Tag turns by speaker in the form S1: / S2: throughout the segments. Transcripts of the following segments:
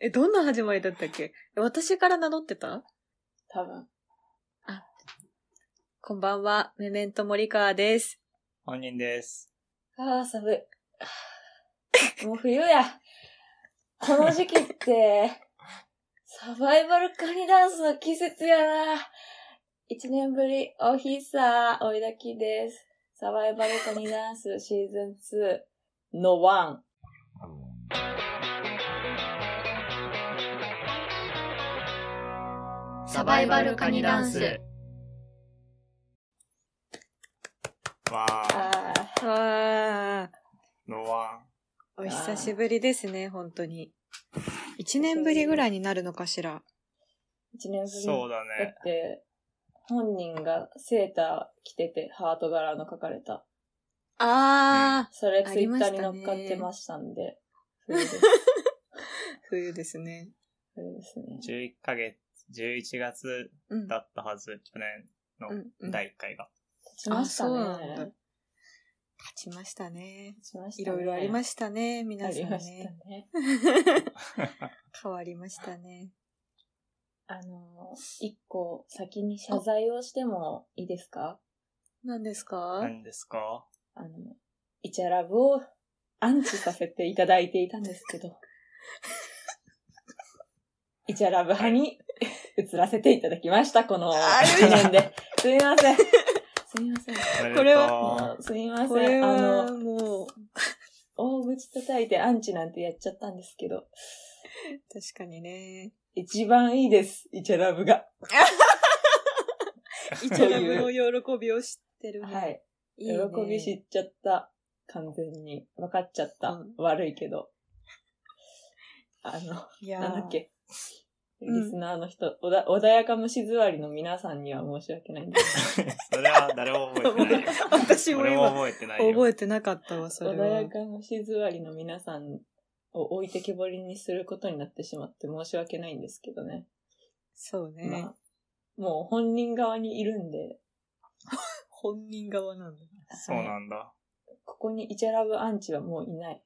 S1: え、どんな始まりだったっけ私から名乗ってた
S2: 多分。
S1: こんばんは、メメント森川です。
S3: 本人です。
S2: ああ、寒い。 もう冬や。この時期 って、サバイバルカニダンスの季節やな。一年ぶり、おひさ、おいだきです。サバイバルカニダンスシーズン2の1。
S4: サバイバルカニダンス。
S3: わー、
S2: ああ、
S1: わ
S3: のわ
S1: ー、お久しぶりですね、本当に。一年ぶりぐらいになるのかしら。
S2: 一年ぶ
S3: ん。
S2: り。
S3: そうだ
S2: だっ
S3: ね。
S2: て、本人がセーター着てて、ハート柄の書かれた。
S1: あ
S2: それ
S1: あ
S2: ツイ
S1: り
S2: ッ
S1: ま
S2: タ
S1: した
S2: ー
S1: ね
S2: に乗っかってましたんで。冬です。
S1: ー、冬ですね。
S2: 冬ですね。
S3: 11ヶ月、11月
S1: うん。
S3: だったはず、去年
S1: うんうん
S3: の第1回が。
S2: しましたね。
S1: あそうなんだ勝ちましたね。
S2: しまし
S1: い
S2: たね
S1: ろいろありましたね、皆さん
S2: ありました
S1: ね。
S2: ね。
S1: 変わりましたね。
S2: あの、一個先に謝罪をしてもいいですか
S1: 何ですか
S3: 何ですか
S2: あの、イチャラブをアンチさせていただいていたんです けど、イチャラブ派に移らせていただきました、この
S1: あ
S2: 1年で。すみません。すみません。
S1: これは
S2: あのすみま
S1: こ
S2: せ
S1: れ
S2: ん。あ
S1: は
S2: の、
S1: もう、
S2: 大口叩いてアンチなんてやっちゃったんですけど、
S1: 確かにね。
S2: 一番いいです、イチャラブが。
S1: イチャラブの喜びを知ってるね。
S2: はい。
S1: いいね
S2: 喜び知っちゃった。完全に。分かっちゃった。
S1: うん
S2: 悪い けど。あの、
S1: いやー
S2: なんだっけ。
S1: うん
S2: リスナーの人、おだ穏やか虫座りの皆さんには申し訳ないんです
S3: それは誰も覚えてないよ。
S1: 私も
S3: 俺も
S1: 今、
S3: 覚えてないよ。
S1: 覚えてなかったわ、 そ
S2: けど。
S1: れ
S2: 穏や
S1: は。
S2: か虫座りの皆さんを置いてけぼりにすることになってしまって申し訳ないんですけどね。
S1: そう
S2: ま
S1: ね。
S2: あ、もう本人側にいるんで、
S1: 本人側なんだ。
S3: そうなんだ。
S2: ここにイチャラブアンチはもういない。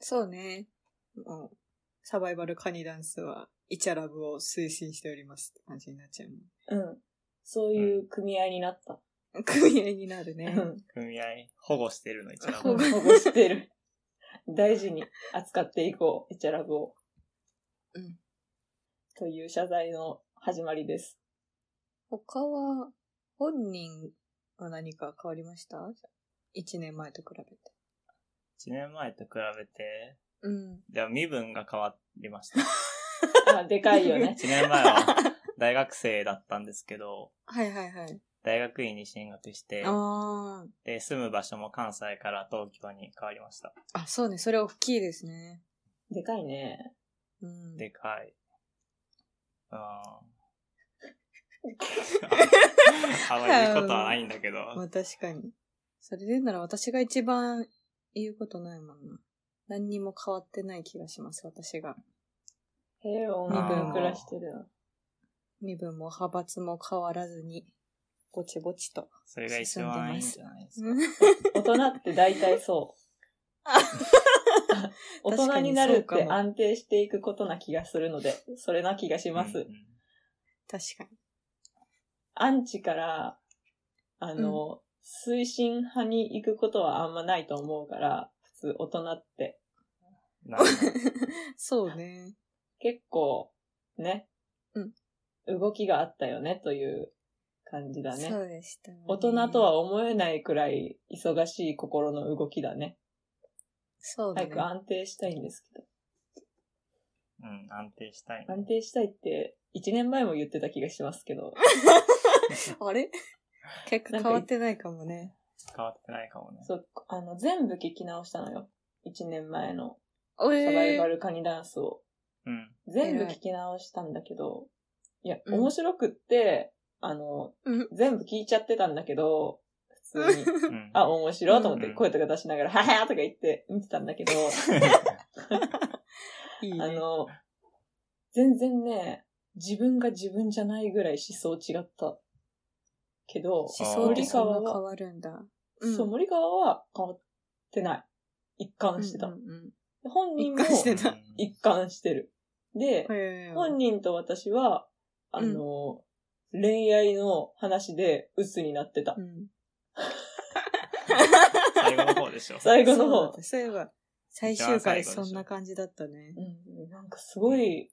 S1: そうね。もう、サバイバルカニダンスは、イチャラブを推進しておりますって感じになっちゃうもん。
S2: うん。そういう組合になった。
S1: 組合になるね
S2: う。ん。
S3: 組合、保護してるの、 一
S1: 保
S3: 応。
S1: 護
S2: 保護してる。 大事に扱っていこう、イチャラブを。
S1: うん。
S2: という謝罪の始まりです。
S1: 他は、本人は何か変わりました一年前と比べて。
S3: 1年前と比べて、
S1: うん。
S3: では身分が変わりました。
S2: あ、でかいよ ね。
S3: 1年前は大学生だったんですけど、
S1: はいはいはい。
S3: 大学院に進学して、
S1: あ
S3: で、住む場所も関西から東京に変わりました。
S1: あ。あ、そうね。それ大きいですね。
S2: でかいね。
S1: うん。
S3: でかい。 うん。ああまり言うことはないんだけど。
S1: まあ確かに。それで言うなら私が一番言うことないもんな。何にも変わってない気がします、私が。
S2: 平穏に暮らしてる。
S1: 身分も派閥も変わらずに、ぼちぼちと。
S3: それが一番いいんじゃないですか。
S2: 大人って大体そう。 大
S1: 確
S2: 人
S1: かに
S2: になるっ
S1: そうか
S2: て
S1: も
S2: 安定していくことな気がするので、それな気がします。
S3: うんうん
S1: 確かに。
S2: アンチから、あの、推進派に行くことはあんまないと思うから、普通大人って。
S3: なんか
S1: そうね。
S2: 結構、ね。
S1: うん
S2: 動きがあったよね、という感じだ
S1: そ
S2: ね。
S1: うでした、ね。
S2: 大人と。は思えないくらい忙しい心の動きだね。
S1: そうだ
S2: 早
S1: ね
S2: く。安定したいんですけ
S3: うん、安定したい
S2: ど。。安定したいって、1年前も言ってた気がしますけど、
S1: あ れ結果変わってないかもね。
S3: 変わってないかもね。
S2: そう、あの、全部聞き直したのよ。1年前の
S1: サバ
S2: サバイバルカニダンスを。
S3: うん。
S2: 全部聞き直したんだけど、いや、
S1: うん
S2: 面白くって、あの、
S1: うん
S2: 全部聞いちゃってたんだけど、普通に。
S3: うん、
S2: あ、面白いと思って
S3: うん
S2: 声とか出しながら、ははとか言って見てたんだけど、
S1: いい
S2: あ
S1: ね。
S2: の、全然ね、自分が自分じゃないぐらい思想違った。けど、
S1: 思想って
S2: 森
S1: そ
S2: 川
S1: んな変
S2: は、
S1: わるんだ。
S2: そう、森川は変わってない。一貫してた。
S1: うんうんうん
S2: 本人も
S1: 一貫してた
S3: うん
S2: 一貫してる。で、
S1: へー
S2: 本人と私は、あの、恋愛の話で鬱になってた
S1: う。ん。
S3: 最後の方でし ょ。
S2: 最後の
S1: そうだっ
S2: 方
S1: た。そういえば、最
S3: 一番
S1: 終
S3: 最
S1: 回
S3: 後でしょ
S1: そんな感じだったね。
S2: うん、なんかすごい、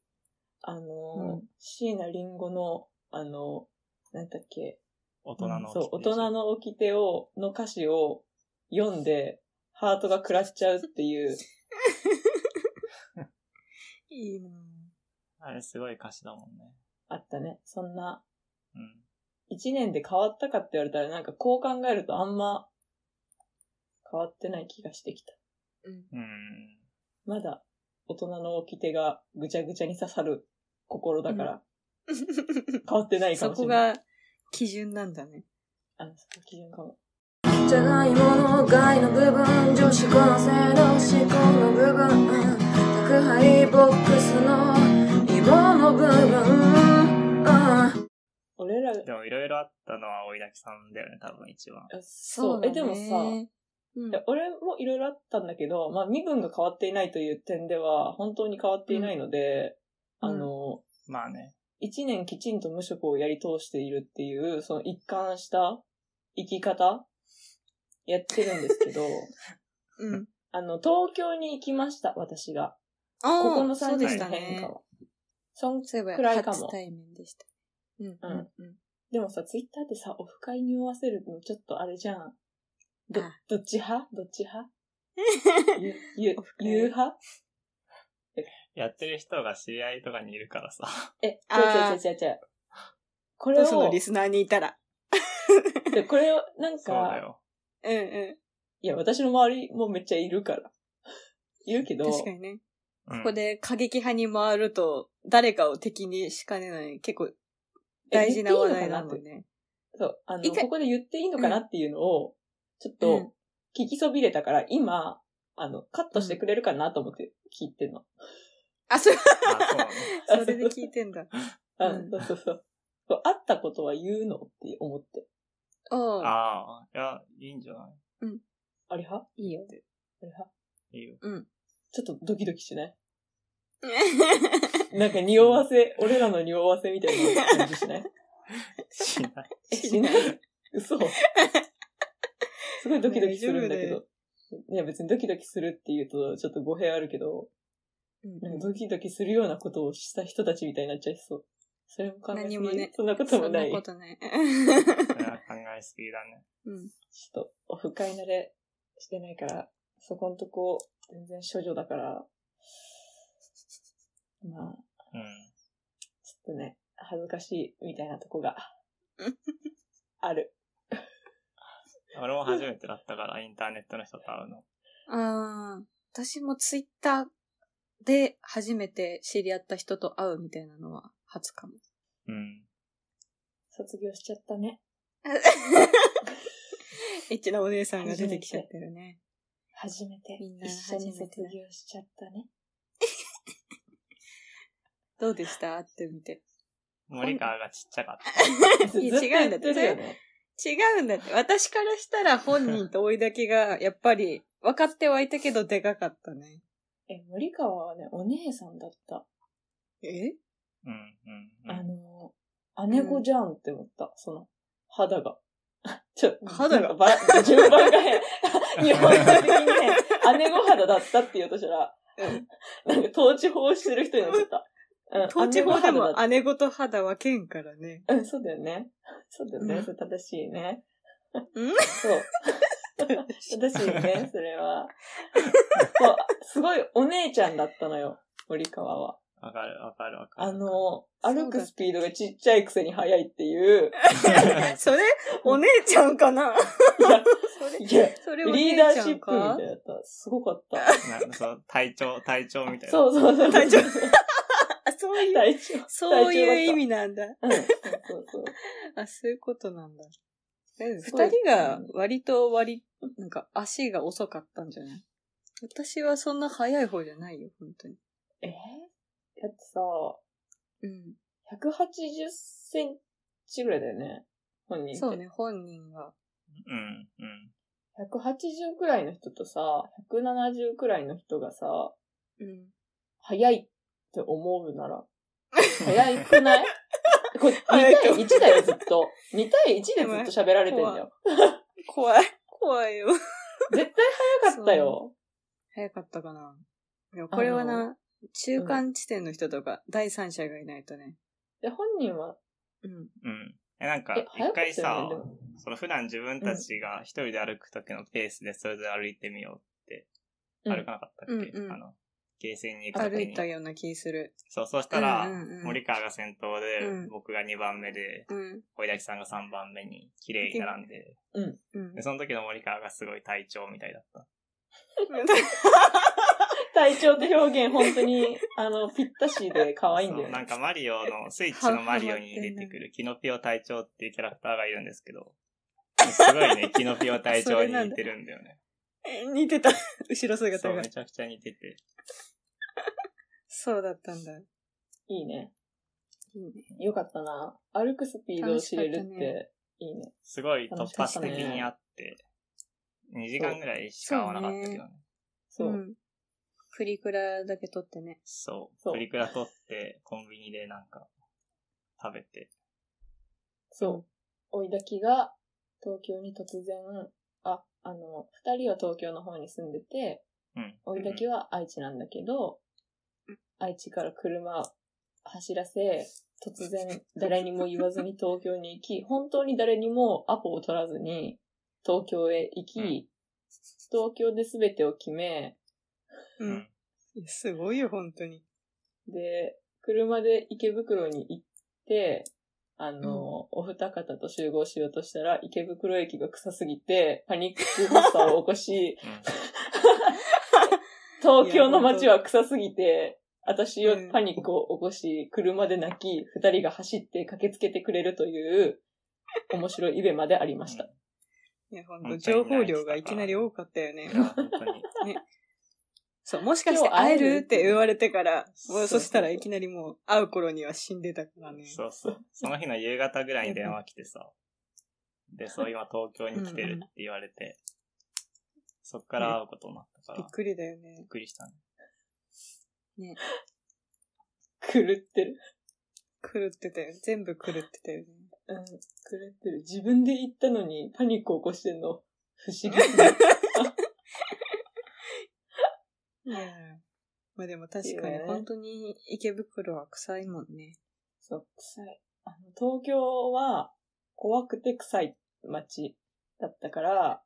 S2: あの
S1: う、
S2: 椎名林檎の、あの、なんだっけ、
S3: 大人の。
S2: そう、大人。の掟を、の歌詞を読んで、ハートがくらっちゃうっていう、
S1: いいなぁ
S3: あれすごい歌詞だもんね。
S2: あったね。そんな、
S3: うん。
S2: 一年で変わったかって言われたら、なんかこう考えるとあんま、変わってない気がしてきた。
S1: うん。
S3: うん。
S2: まだ、大人の掟がぐちゃぐちゃに刺さる心だから、変わってないか
S1: そ
S2: もし
S1: こ
S2: れない。
S1: が基準なんだね。
S2: あの、そこ基準かも。
S5: じゃないもの外の部分女子高生の思考の部分宅配ボックスの希望の部分あ
S2: 俺ら、
S3: でもいろいろあったのは追いだきさんだよね、多分一番。
S2: あそう、え、でもさ、
S1: うん
S2: いや、俺もいろいろあったんだけど、まあ、身分が変わっていないという点では、本当に変わっていないので、
S1: うん
S2: あの、
S3: まあね。
S2: 一年きちんと無職をやり通しているっていう、その一貫した生き方やってるんです けど、
S1: うん。
S2: あの、東京に行きました、私が。
S1: ああ、
S2: ここの
S1: そ
S2: 3
S1: うで
S2: 年
S1: し
S2: の
S1: た
S2: 変化
S1: ね。
S2: は。そん
S1: そういえば、
S2: くらいかも
S1: 初対面でした。うん。うん。
S2: でもさ、ツイッターってさ、オフ会に酔わせるのちょっとあれじゃん。ど
S1: あ、
S2: どっち派どっち 派ゆ、ゆ
S1: オフ、会
S2: ゆう派
S3: やってる人が知り合いとかにいるからさ。
S2: え、違
S1: あー
S2: う違う違う違う違う。これ
S1: ど
S2: を
S1: う、すんのリスナーにいたら。
S2: でこれを、なん
S3: そうだ
S2: か、
S3: よ。
S1: うんう
S2: いや、私の周りもめっちゃいるから。いるけ
S1: ん。
S2: ど、
S1: 確かにね。
S3: こ
S1: ここ。で過激派に回ると、誰かを敵にしかねない、結構
S2: え
S1: 大事な話題
S2: 言
S1: だ
S2: っ
S1: も
S2: ていいのか
S1: ん
S2: なっ
S1: ね。
S2: てそう、あの、
S1: 一回
S2: ここで言っていいのかなっていうのを、ちょっと、聞きそびれたから、今、あの、カットしてくれるかなと思って聞いてんの。
S1: あ、そう、
S3: あ、 そうなの。
S1: それで聞いてんだ。
S2: あ
S1: うん
S2: そうそうそう。そう会ったことは言うのって思って。
S1: おう
S3: ああ、いや、いいんじゃな
S2: あれ派
S1: いいよ。
S2: あれ派
S3: いいいよ。
S2: ちょっとドキドキしないなんか匂わせ、俺らの匂わせみたいな感じしない
S3: しない。
S2: えしない嘘。すごいドキドキするんだけど。いや別にドキドキするって言うとちょっと語弊あるけど、
S1: うん
S2: なんかドキドキするようなことをした人たちみたいになっちゃいそう。それも考えすぎ
S1: 何もね
S2: そんなこと
S1: そ
S2: も
S1: ん
S2: な。
S1: ないことない。
S3: それは考えすぎだね。
S1: うん。
S2: ちょっと、オフ会慣れしてないから、そこんとこ、全然処女だから、まあ、
S3: うん。
S2: ちょっとね、恥ずかしいみたいなとこが、あ る。
S3: 俺も初めてだったから、インターネットの人と会うの。
S1: ああ、私もツイッターで初めて知り合った人と会うみたいなのは初かも。
S3: うん。
S2: 卒業しちゃったね。
S1: エッチなお姉さんが出てきちゃってるね。
S2: 初めて。
S1: みんな
S2: 一緒に
S1: 初めてだ
S2: 卒業しちゃった ね。
S1: どうでした会ってみて。
S3: 森川がちっちゃかっ
S1: いや
S2: ずっと言ってる
S1: 違うんだ
S2: よね。
S1: 違うんだって。私からしたら本人と追いだけが、やっぱり、分かってはいたけど、でかかったね。
S2: え、森川はね、お姉さんだった。
S1: え
S3: た。うん、うん、う
S2: あの、
S3: ん。
S2: 姉子じゃんって思った。その、肌が。 ちょっと、
S1: 肌が
S2: なんかばら、 順番 が変。日本語的にね、姉御肌だったって言おうとしたら、 なんか統治法してる人になっちゃった。うん、
S1: 統治法で
S2: 姉御肌
S1: も
S2: だっ
S1: 姉ごと肌はけんからね。
S2: たうん、そうだよね。そうだよ
S1: う
S2: ね。
S1: ん
S2: それ正しいね。
S1: うん
S2: そう。正しいね、それは。そうすごいお姉ちゃんだったのよ、森川は。
S3: わかる、わかる、わかる。
S2: あ、の、
S1: そうだ
S2: 歩くスピードがちっちゃいくせに速いっ ていう。
S1: それ、お姉ちゃんかな
S2: いやいや、
S1: それお
S2: リ
S1: 姉
S2: ー
S1: ちゃ
S2: ダ
S1: ん
S2: ー
S1: か
S2: シップみたいだった。すごかった。
S3: なそう、隊長、隊長みたいな。
S2: そうそう そう。
S1: 隊長あ、そういう、
S2: 隊長。
S1: そういう意味なんだ。
S2: うん。そうそ うそう。
S1: あ、そういうことなんだ。二
S2: すごい
S1: 人が割と割り、なんか足が遅かったんじゃない私はそんな早い方じゃないよ、本当に。
S2: えーだってさ、
S1: うん。
S2: 180センチぐらいだよね。本人って。
S1: そうね、本人が。
S3: うん、うん。
S2: 180くらいの人とさ、170くらいの人がさ、
S1: うん。
S2: 早いって思うなら、早 くないこれ、2対
S1: 早いと思う
S2: 1だよ、ずっと。2対1でずっと喋られてんだよ。
S1: 怖い。怖いよ。
S2: 絶対早かったよ。
S1: 早かったかな。いや、これは
S2: あ
S1: な、中間地点の人とか、第三者がいないとね。
S2: で、本人は、
S1: うん。
S3: うん。え、なんか
S2: え、、
S3: 一
S2: 早かっ
S3: 回
S2: た
S3: さ
S2: よね、で、も
S3: その普段自分たちが一人で歩く時のペースでそれぞれ歩いてみようって、
S2: うん
S3: 歩かなかったっけ、
S1: うんうん
S3: あの、ゲーセンに行く
S1: 歩
S3: 時
S1: い
S3: に
S1: た。ような気する。
S3: そう、そうしたら、
S1: うんうんうん
S3: 森川が先頭で、
S1: うん
S3: 僕が2番目で、
S1: うん。
S3: 小井崎さんが3番目に、綺麗に並んで、
S1: うん
S3: で、。その時の森川がすごい体調みたいだった。
S2: 体調って表現、本当に、あの、ぴったしで可愛いんだよ
S3: そうなん
S2: ね。
S3: かマリオ の、スイッチのマリオに出てくるキノピオ隊長っていうキャラクターがいるんですけど、すごいね、キノピオ隊長に似てるんだよ ね。
S1: 似てた。後ろ姿
S3: そう、
S1: が
S3: め。ちゃくちゃ似てて。
S1: そうだったんだ。い
S2: いいね。
S1: いね。
S2: よかったな。歩くスピードを知れる
S1: 楽
S2: っ
S1: しかった
S2: て、いいね。
S3: すごい突
S2: 楽しかっ
S3: 発
S2: た
S3: 的
S2: ね
S3: にあって、2時間ぐらいしか会わなかったけどね。
S2: そう。
S1: ん。プリクラだけ撮ってね。
S3: そう。
S2: そう
S3: プリクラ撮って、コンビニでなんか、食べて。
S2: そう。追いだきが、東京に突然、あ、あの、二人は東京の方に住んでて、
S3: うん。
S2: 追いだきは愛知なんだけど、
S1: うん
S2: 愛知から車走らせ、突然誰にも言わずに東京に行き、 本当に誰にもアポを取らずに東京へ行き、
S3: うん
S2: 東京で全てを決め、
S3: う。
S1: うんん。いやすごいよ、本当に。
S2: で、車で池袋に行って、あの、お二方と集合しようとしたら、池袋駅が臭すぎて、パニック発作を起こ し、
S3: うん
S2: 東京の街は臭すぎて、私を
S1: うん
S2: パニックを起こし、車で泣き、二人が走って駆けつけてくれるという、面白いイベまでありました。
S1: いや、本
S3: 本当
S1: 当
S3: に
S1: 情報量がいきなり多かったよね
S3: い。 や本当に。
S1: そう、もしかして会え
S2: 今日会え
S1: る
S2: る
S1: って言われてから、もう
S3: そうそう
S1: そしたらいきなりもう会う頃には死んでたからね。
S3: そうそう。その日の夕方ぐらいに電話来てさ。で、そう、今東京に来てるって言われて、そっから会うことになったから、
S1: び
S3: び
S1: っくりだよね
S3: っ。くりしたね。
S2: 狂ってる。
S1: 狂ってたよ。全部狂ってたよね。
S2: うん、狂ってる。自分で行ったのにパニックを起こしてんの、不思議すぎる。
S1: いやまあでも確か
S2: いい
S1: に
S2: よね
S1: 本当に池袋は臭いもんね。
S2: そう、臭い。あの、東京は怖くて臭い街だったから、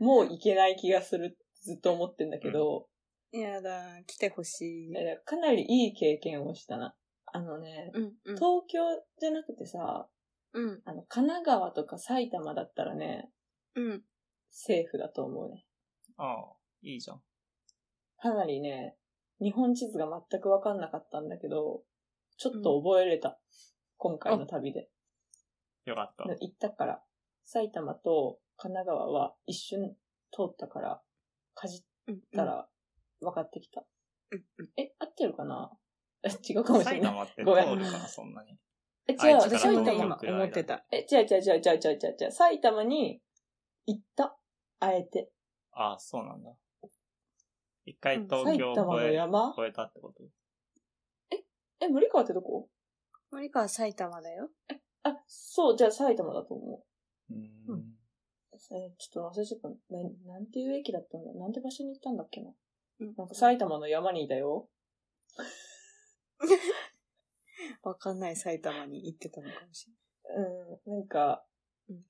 S3: うん。
S2: もう行けない気がする、ずっと思ってんだけど、
S1: やだ、来てほしい。
S2: えかなりいい経験をしたな。あのね、
S1: うん、うん。
S2: 東京じゃなくてさ、
S1: うん、
S2: あの、神奈川とか埼玉だったらね、
S1: うん。
S2: セーフだと思うね。
S3: ああ、いいじゃん。
S2: かなりね、日本地図が全くわかんなかったんだけど、ちょっと覚えれた。今回の旅で。
S3: よかった。
S2: 行ったから、埼玉と神奈川は一瞬通ったから、かじっ
S1: うん。
S2: たら分かってきた。
S1: うん、うん。
S2: え、合ってるかな 違うかもしれ
S3: 埼
S2: ない。
S3: 玉って通
S2: ごめん
S3: るかな、そんなに。
S2: え、違う、
S3: 愛知から
S2: 私
S1: 私
S2: は
S1: も
S2: 今
S1: 今思ってた。
S2: え、違う違う違う違う違う違う違う。埼玉に行った。あえて。
S3: ああ、そうなんだ。一回
S1: うん
S3: 東
S2: 埼
S3: 京
S2: 玉
S3: を
S2: の
S3: 越え,、
S2: 山
S3: 越えたってこと
S2: え、森川ってどこ
S1: 森川埼玉だよ。
S2: あ、そう、じゃあ埼玉だと思う。
S3: う。
S1: うん
S2: えちょっと忘れちゃった。ななんていう駅だったんだなんて場所に行ったんだっけな
S1: うん
S2: なんか埼玉の山にいたよ。
S1: わかんない埼玉に行ってたのかもし
S2: うん、なんか
S1: うん、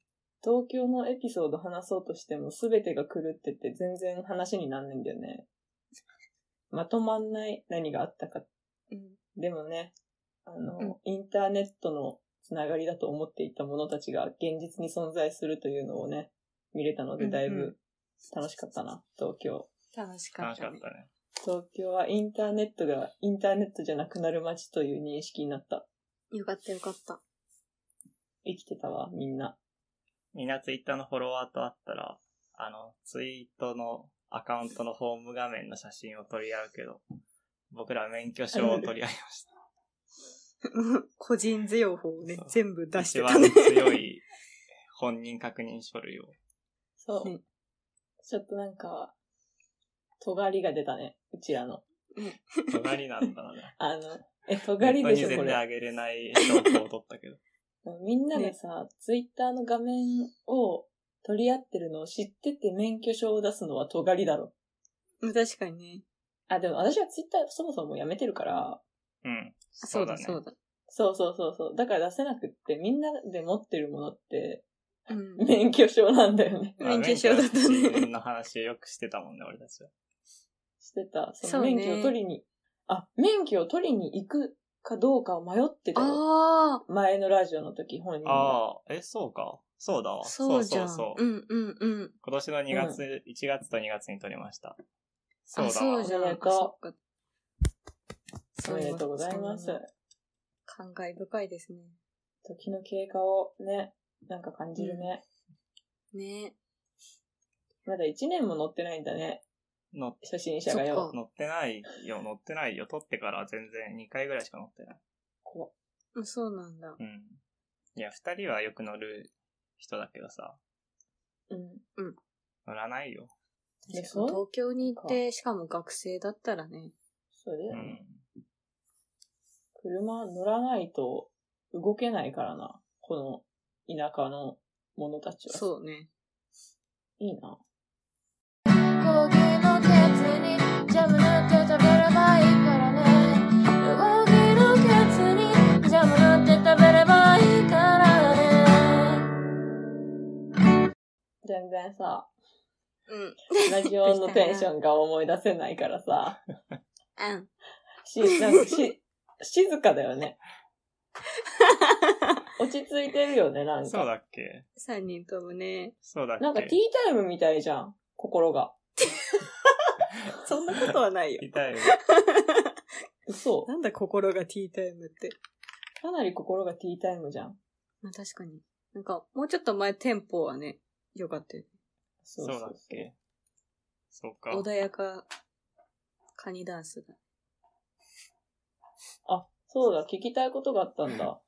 S2: 東京のエピソード話そうとしても全てが狂ってて全然話になんないんだよね。まとまんない何があったか。
S1: れない。
S2: でもね、あの、
S1: うん
S2: インターネットのつながりだと思っていたものたちが現実に存在するというのをね、見れたの
S1: う
S2: で
S1: ん
S2: だいうぶ楽しかったな、東京。
S1: うん。楽しか
S3: 楽
S1: っ
S3: しか
S1: た
S3: っ
S1: ね。
S3: たね。
S2: 東京はインターネットがインターネットじゃなくなる街という認識になった。
S1: よかったよかった。
S2: 生きてたわ、みんな。
S3: みんなツイッターのフォロワーと会ったら、あの、ツイートのアカウントのホーム画面の写真を取り合うけど、僕らは免許証を取り合いました。
S1: 個人情報をね
S3: そう、
S1: 全部 出して
S3: 一
S1: たね
S3: 番。強い本人確認書類を。
S2: そう。
S1: うん
S2: ちょっとなんか、尖りが出たね。うちらの。
S3: 尖りな んだな。
S2: あの、 え、尖りでしょ、
S3: ネッ
S2: こ
S3: トに全然
S2: れ。
S3: あげれない証拠を取ったけど。
S2: みんながさ、ツイッターの画面を取り合ってるのを知ってて免許証を出すのは尖りだろ。
S1: 確かにね。
S2: あ、でも私はツイッターそもそももうやめてるから、
S3: うん。
S1: あそうだ、
S3: ね
S1: そうだ。
S2: そうそうそうそう。だから出せなくって、みんなで持ってるものって、
S1: うん。
S2: 免許証なんだよね。
S1: 免許証だったね
S3: まあ免許の話よくしてたもんね、俺たちは。
S2: してた。そ
S1: そ
S2: の
S1: うね
S2: 免許を取りに、あ、免許を取りに行くかどうかを迷ってたよ。
S1: あ
S2: 前のラジオの時、本人が。
S3: ああ、え、そうか。そうだわ。
S1: あ、そうじゃん。
S3: そうそうそ
S1: う。
S3: う
S1: んうんうん。
S3: 今年の2月、1月と2月に取りました。そう
S1: あ、
S3: だわ。
S1: そうじゃん。
S2: おめ
S1: あ
S2: でとう
S1: そっか
S2: おめでとうございます
S1: そ。う感慨深いですね。
S2: 時の経過をね、なんか感じるね。
S1: ね
S2: まだ1年も乗ってないんだね。
S3: の
S2: 初心者が
S1: そっ
S2: よ
S1: か。
S3: 乗ってないよ、乗ってないよ。取ってから全然2回ぐらいしか乗ってない。
S2: こ
S1: うんそうなんだ。
S3: うん。いや、2人はよく乗る人だけどさ、
S2: ううん。
S3: 乗らないよ。
S2: でしょ
S1: 東京に行って、しかも学生だったらね。
S2: そうだよ
S3: う
S2: ね
S3: ん。
S2: 車乗らないと動けないからな。この田舎の者たちは。う。
S1: そうね。
S2: いいな。
S5: 講義のケツにジャムなんて食べればいいからね講義のケツにジャムなんて食べればいいからね
S2: 全 然さ、
S1: うん。
S2: ラジオのテンションが思い出せないからさ。
S1: うん。
S2: し、なんかし、静かだよね。落ち着いてるよね、なんか。
S3: そうだっけ
S1: 三人ともね。
S3: そうだっけ
S2: なんかティータイムみたいじゃん、心が。
S1: そんなことはないよ。
S3: 痛いよ。
S2: 嘘。
S1: なんだ心がティータイムって。
S2: かなり心がティータイムじゃん。
S1: まあ確かに。なんか、もうちょっと前テンポはね、良かったよね。
S2: そ
S3: そうだっけそうか。
S1: 穏やか、カニダンスが。
S2: あ、そうだ、聞きたいことがあったんだ。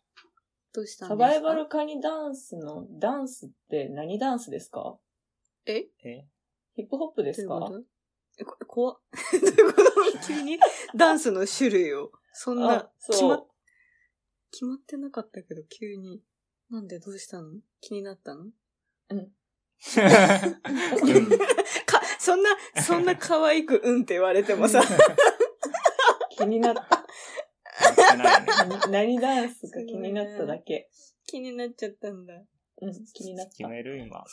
S1: どうしたん
S2: サ
S1: ですか
S2: バイバルカニダンスのダンスって何ダンスですか
S1: え
S3: え
S2: ヒップホップ
S1: どう
S2: で
S1: い
S2: す
S1: う
S2: か
S1: ことえ、こ、怖っ どういうこと急にダンスの種類を。そんな
S2: あ、、
S1: 決
S2: そ
S1: ま
S2: う
S1: っ。決まってなかったけど、急に。なんでどうしたの気になったの
S3: うん
S1: か、そんな、そんな可愛くうんって言われてもさ、
S2: 気になった。
S3: やってないね。
S2: 何ダンスか気になっただけ。
S1: 気になっちゃったんだ。
S2: うん、気になっ
S3: 決める今。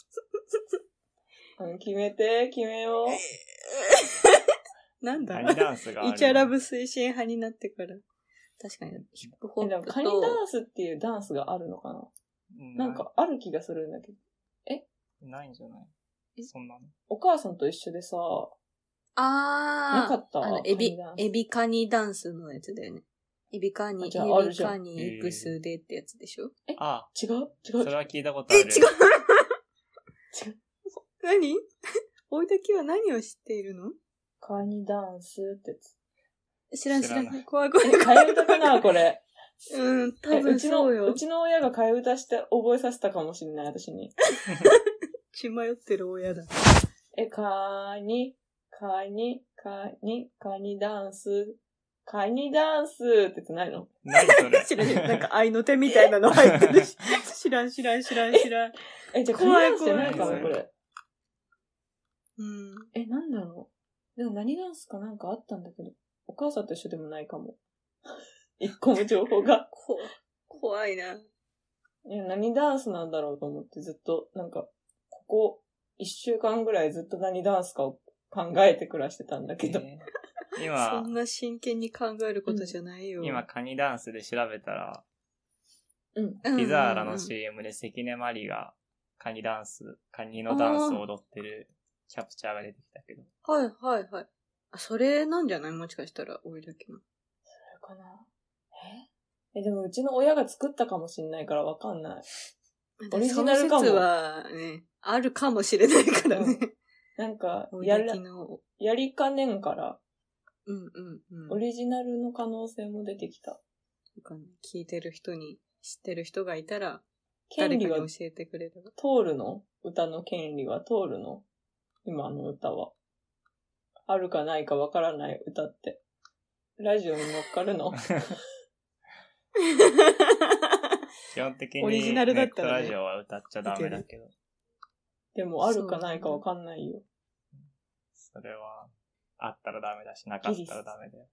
S2: た。うん、決めて、決めよう。
S1: なんだ
S3: 何ダンスがある
S1: イチャラブ推進派になってから。確かに、ヒップホ
S2: えで
S1: ッ
S2: も
S1: プ
S2: カニダ
S1: と、
S2: ンスっていうダンスがあるのかな
S3: な
S2: なん。かある気がするんだけど。
S3: ないんじゃないそんなの
S2: お母さんと一緒でさ、
S1: あー、
S2: なかった
S1: あの、エビ
S2: カニダン、ス
S1: エビカニダンスのやつだよね。エビカニ、
S2: あ
S1: エ
S2: じゃあある
S1: ビ
S2: じゃん
S1: カニ、イクスでってやつでしょ
S3: あ、
S2: 違う違
S3: そうれは聞いたこと
S1: え、
S3: あ
S1: 違う
S3: る。
S2: 違う。
S1: 何おいだきは何を知っているの
S2: カニダンスってやつ。
S1: 知らん
S3: 知
S1: 知
S3: らな
S1: ら
S3: い
S1: ん。怖い怖い
S2: え、替え歌かなこれ。
S1: うん、
S2: え
S1: 多
S2: う
S1: 分
S2: ち
S1: そう
S2: の、
S1: よ
S2: う。ちの親が替え歌して覚えさせたかもしれない、私に。
S1: 血迷ってる親だ。
S2: え、カニ、カニ、カニ、カニダンス、カニダンスってやつないの
S3: 何それ。
S1: 知らん。なんか、愛の手みたいなの入ってる し。知らん、知らん、知らん、知らん。
S2: え、じゃあカニ
S1: 怖い
S2: ダンスじゃないか
S3: 怖
S2: ないこれ。
S1: うん。
S2: え、なんだろう。でも何ダンスかなんかあったんだけど、お母さんと一緒でもないかも。 一個も情報が。
S1: こ怖いな。
S2: いや、何ダンスなんだろうと思ってずっと、なんか、ここ一週間ぐらいずっと何ダンスかを考えて暮らしてたんだけど。
S3: えー
S1: そ
S3: 今
S1: ん、な真剣に考えることじゃないよ。
S3: 今、カニダンスで調べたら、
S2: うん。
S1: うん、
S3: ピザーラ
S1: ー
S3: の
S1: ン。
S3: CM で関根麻里がカニダンス、カニのダンスを踊ってるキャプチャーが出てきたけど。
S1: はい、はい、はい。あ、それなんじゃないもしかしたら、おいだきの。
S2: それかな。ええ、でもうちの親が作ったかもしんないからわかんない。オリジナルか
S1: そ
S2: も
S1: の説はね、あるかもしれないからね。
S2: なんか、
S1: おい
S2: や
S1: だき
S2: る、
S1: の、
S2: やりかねんから、
S1: うんうんう
S2: オ
S1: ん。
S2: リジナルの可能性も出てきた。
S1: 聞いてる人に、知ってる人がいたら、
S2: 権
S1: 誰か
S2: 利
S1: に
S2: は
S1: 教えてくれれば。
S2: 通るの歌の権利は通るの今の歌は。あるかないかわからない歌って。ラジオに乗っか るの
S3: 基本的に、
S1: オリジナルだったらね
S3: ネットラジオは歌っちゃダメだけど、
S2: でもあるかないかわかんないよ。
S3: それは、あったらダメだし、なかったらダメだよ。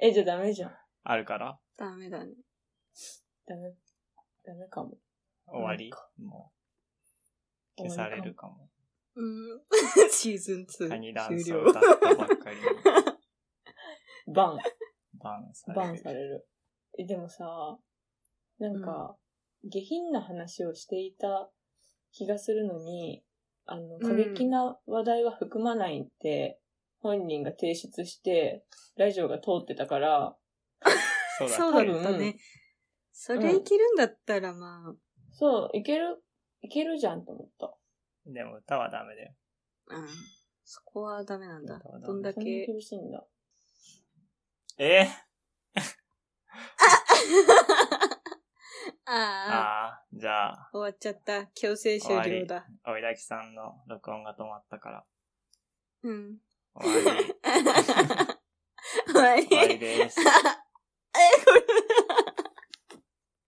S2: え、じゃあダメじゃん。
S3: あるから
S1: ダメだね。
S2: ダメ。ダメかも。
S3: 終わり
S2: な
S3: もう、
S2: 終
S3: 消
S2: わりか
S3: さ
S2: も
S3: れるかも。
S1: うん。 シーズン2。
S3: カニダン
S1: 終
S3: ス
S1: 了
S3: を。歌ったばっかりに、
S2: バ
S3: バンさ
S2: ン。
S3: れる。
S2: バンされる。え、でもさ、なんか、下品な話をしていた気がするのに、あの、過激な話題は含まないって、本人が提出して、ラジオが通ってたから、
S3: そうだっけ
S1: そうだったね。それいけるんだったら、ま
S2: そう、いける、いけるじゃんと思った。
S3: でも歌はダメだよ。
S1: あ、うん。そこはダメなんだ
S3: そこはダ。メ
S1: どんだ
S2: そんな
S1: け。
S2: に厳しいんだ。
S3: えー、
S1: ああ、
S3: あー、じゃあ、
S1: 終わっちゃった。強制終了だ。
S3: おいだきさんの録音が止まったから、
S1: うん。
S3: 終わり、
S1: 終わり。
S3: 終わりです。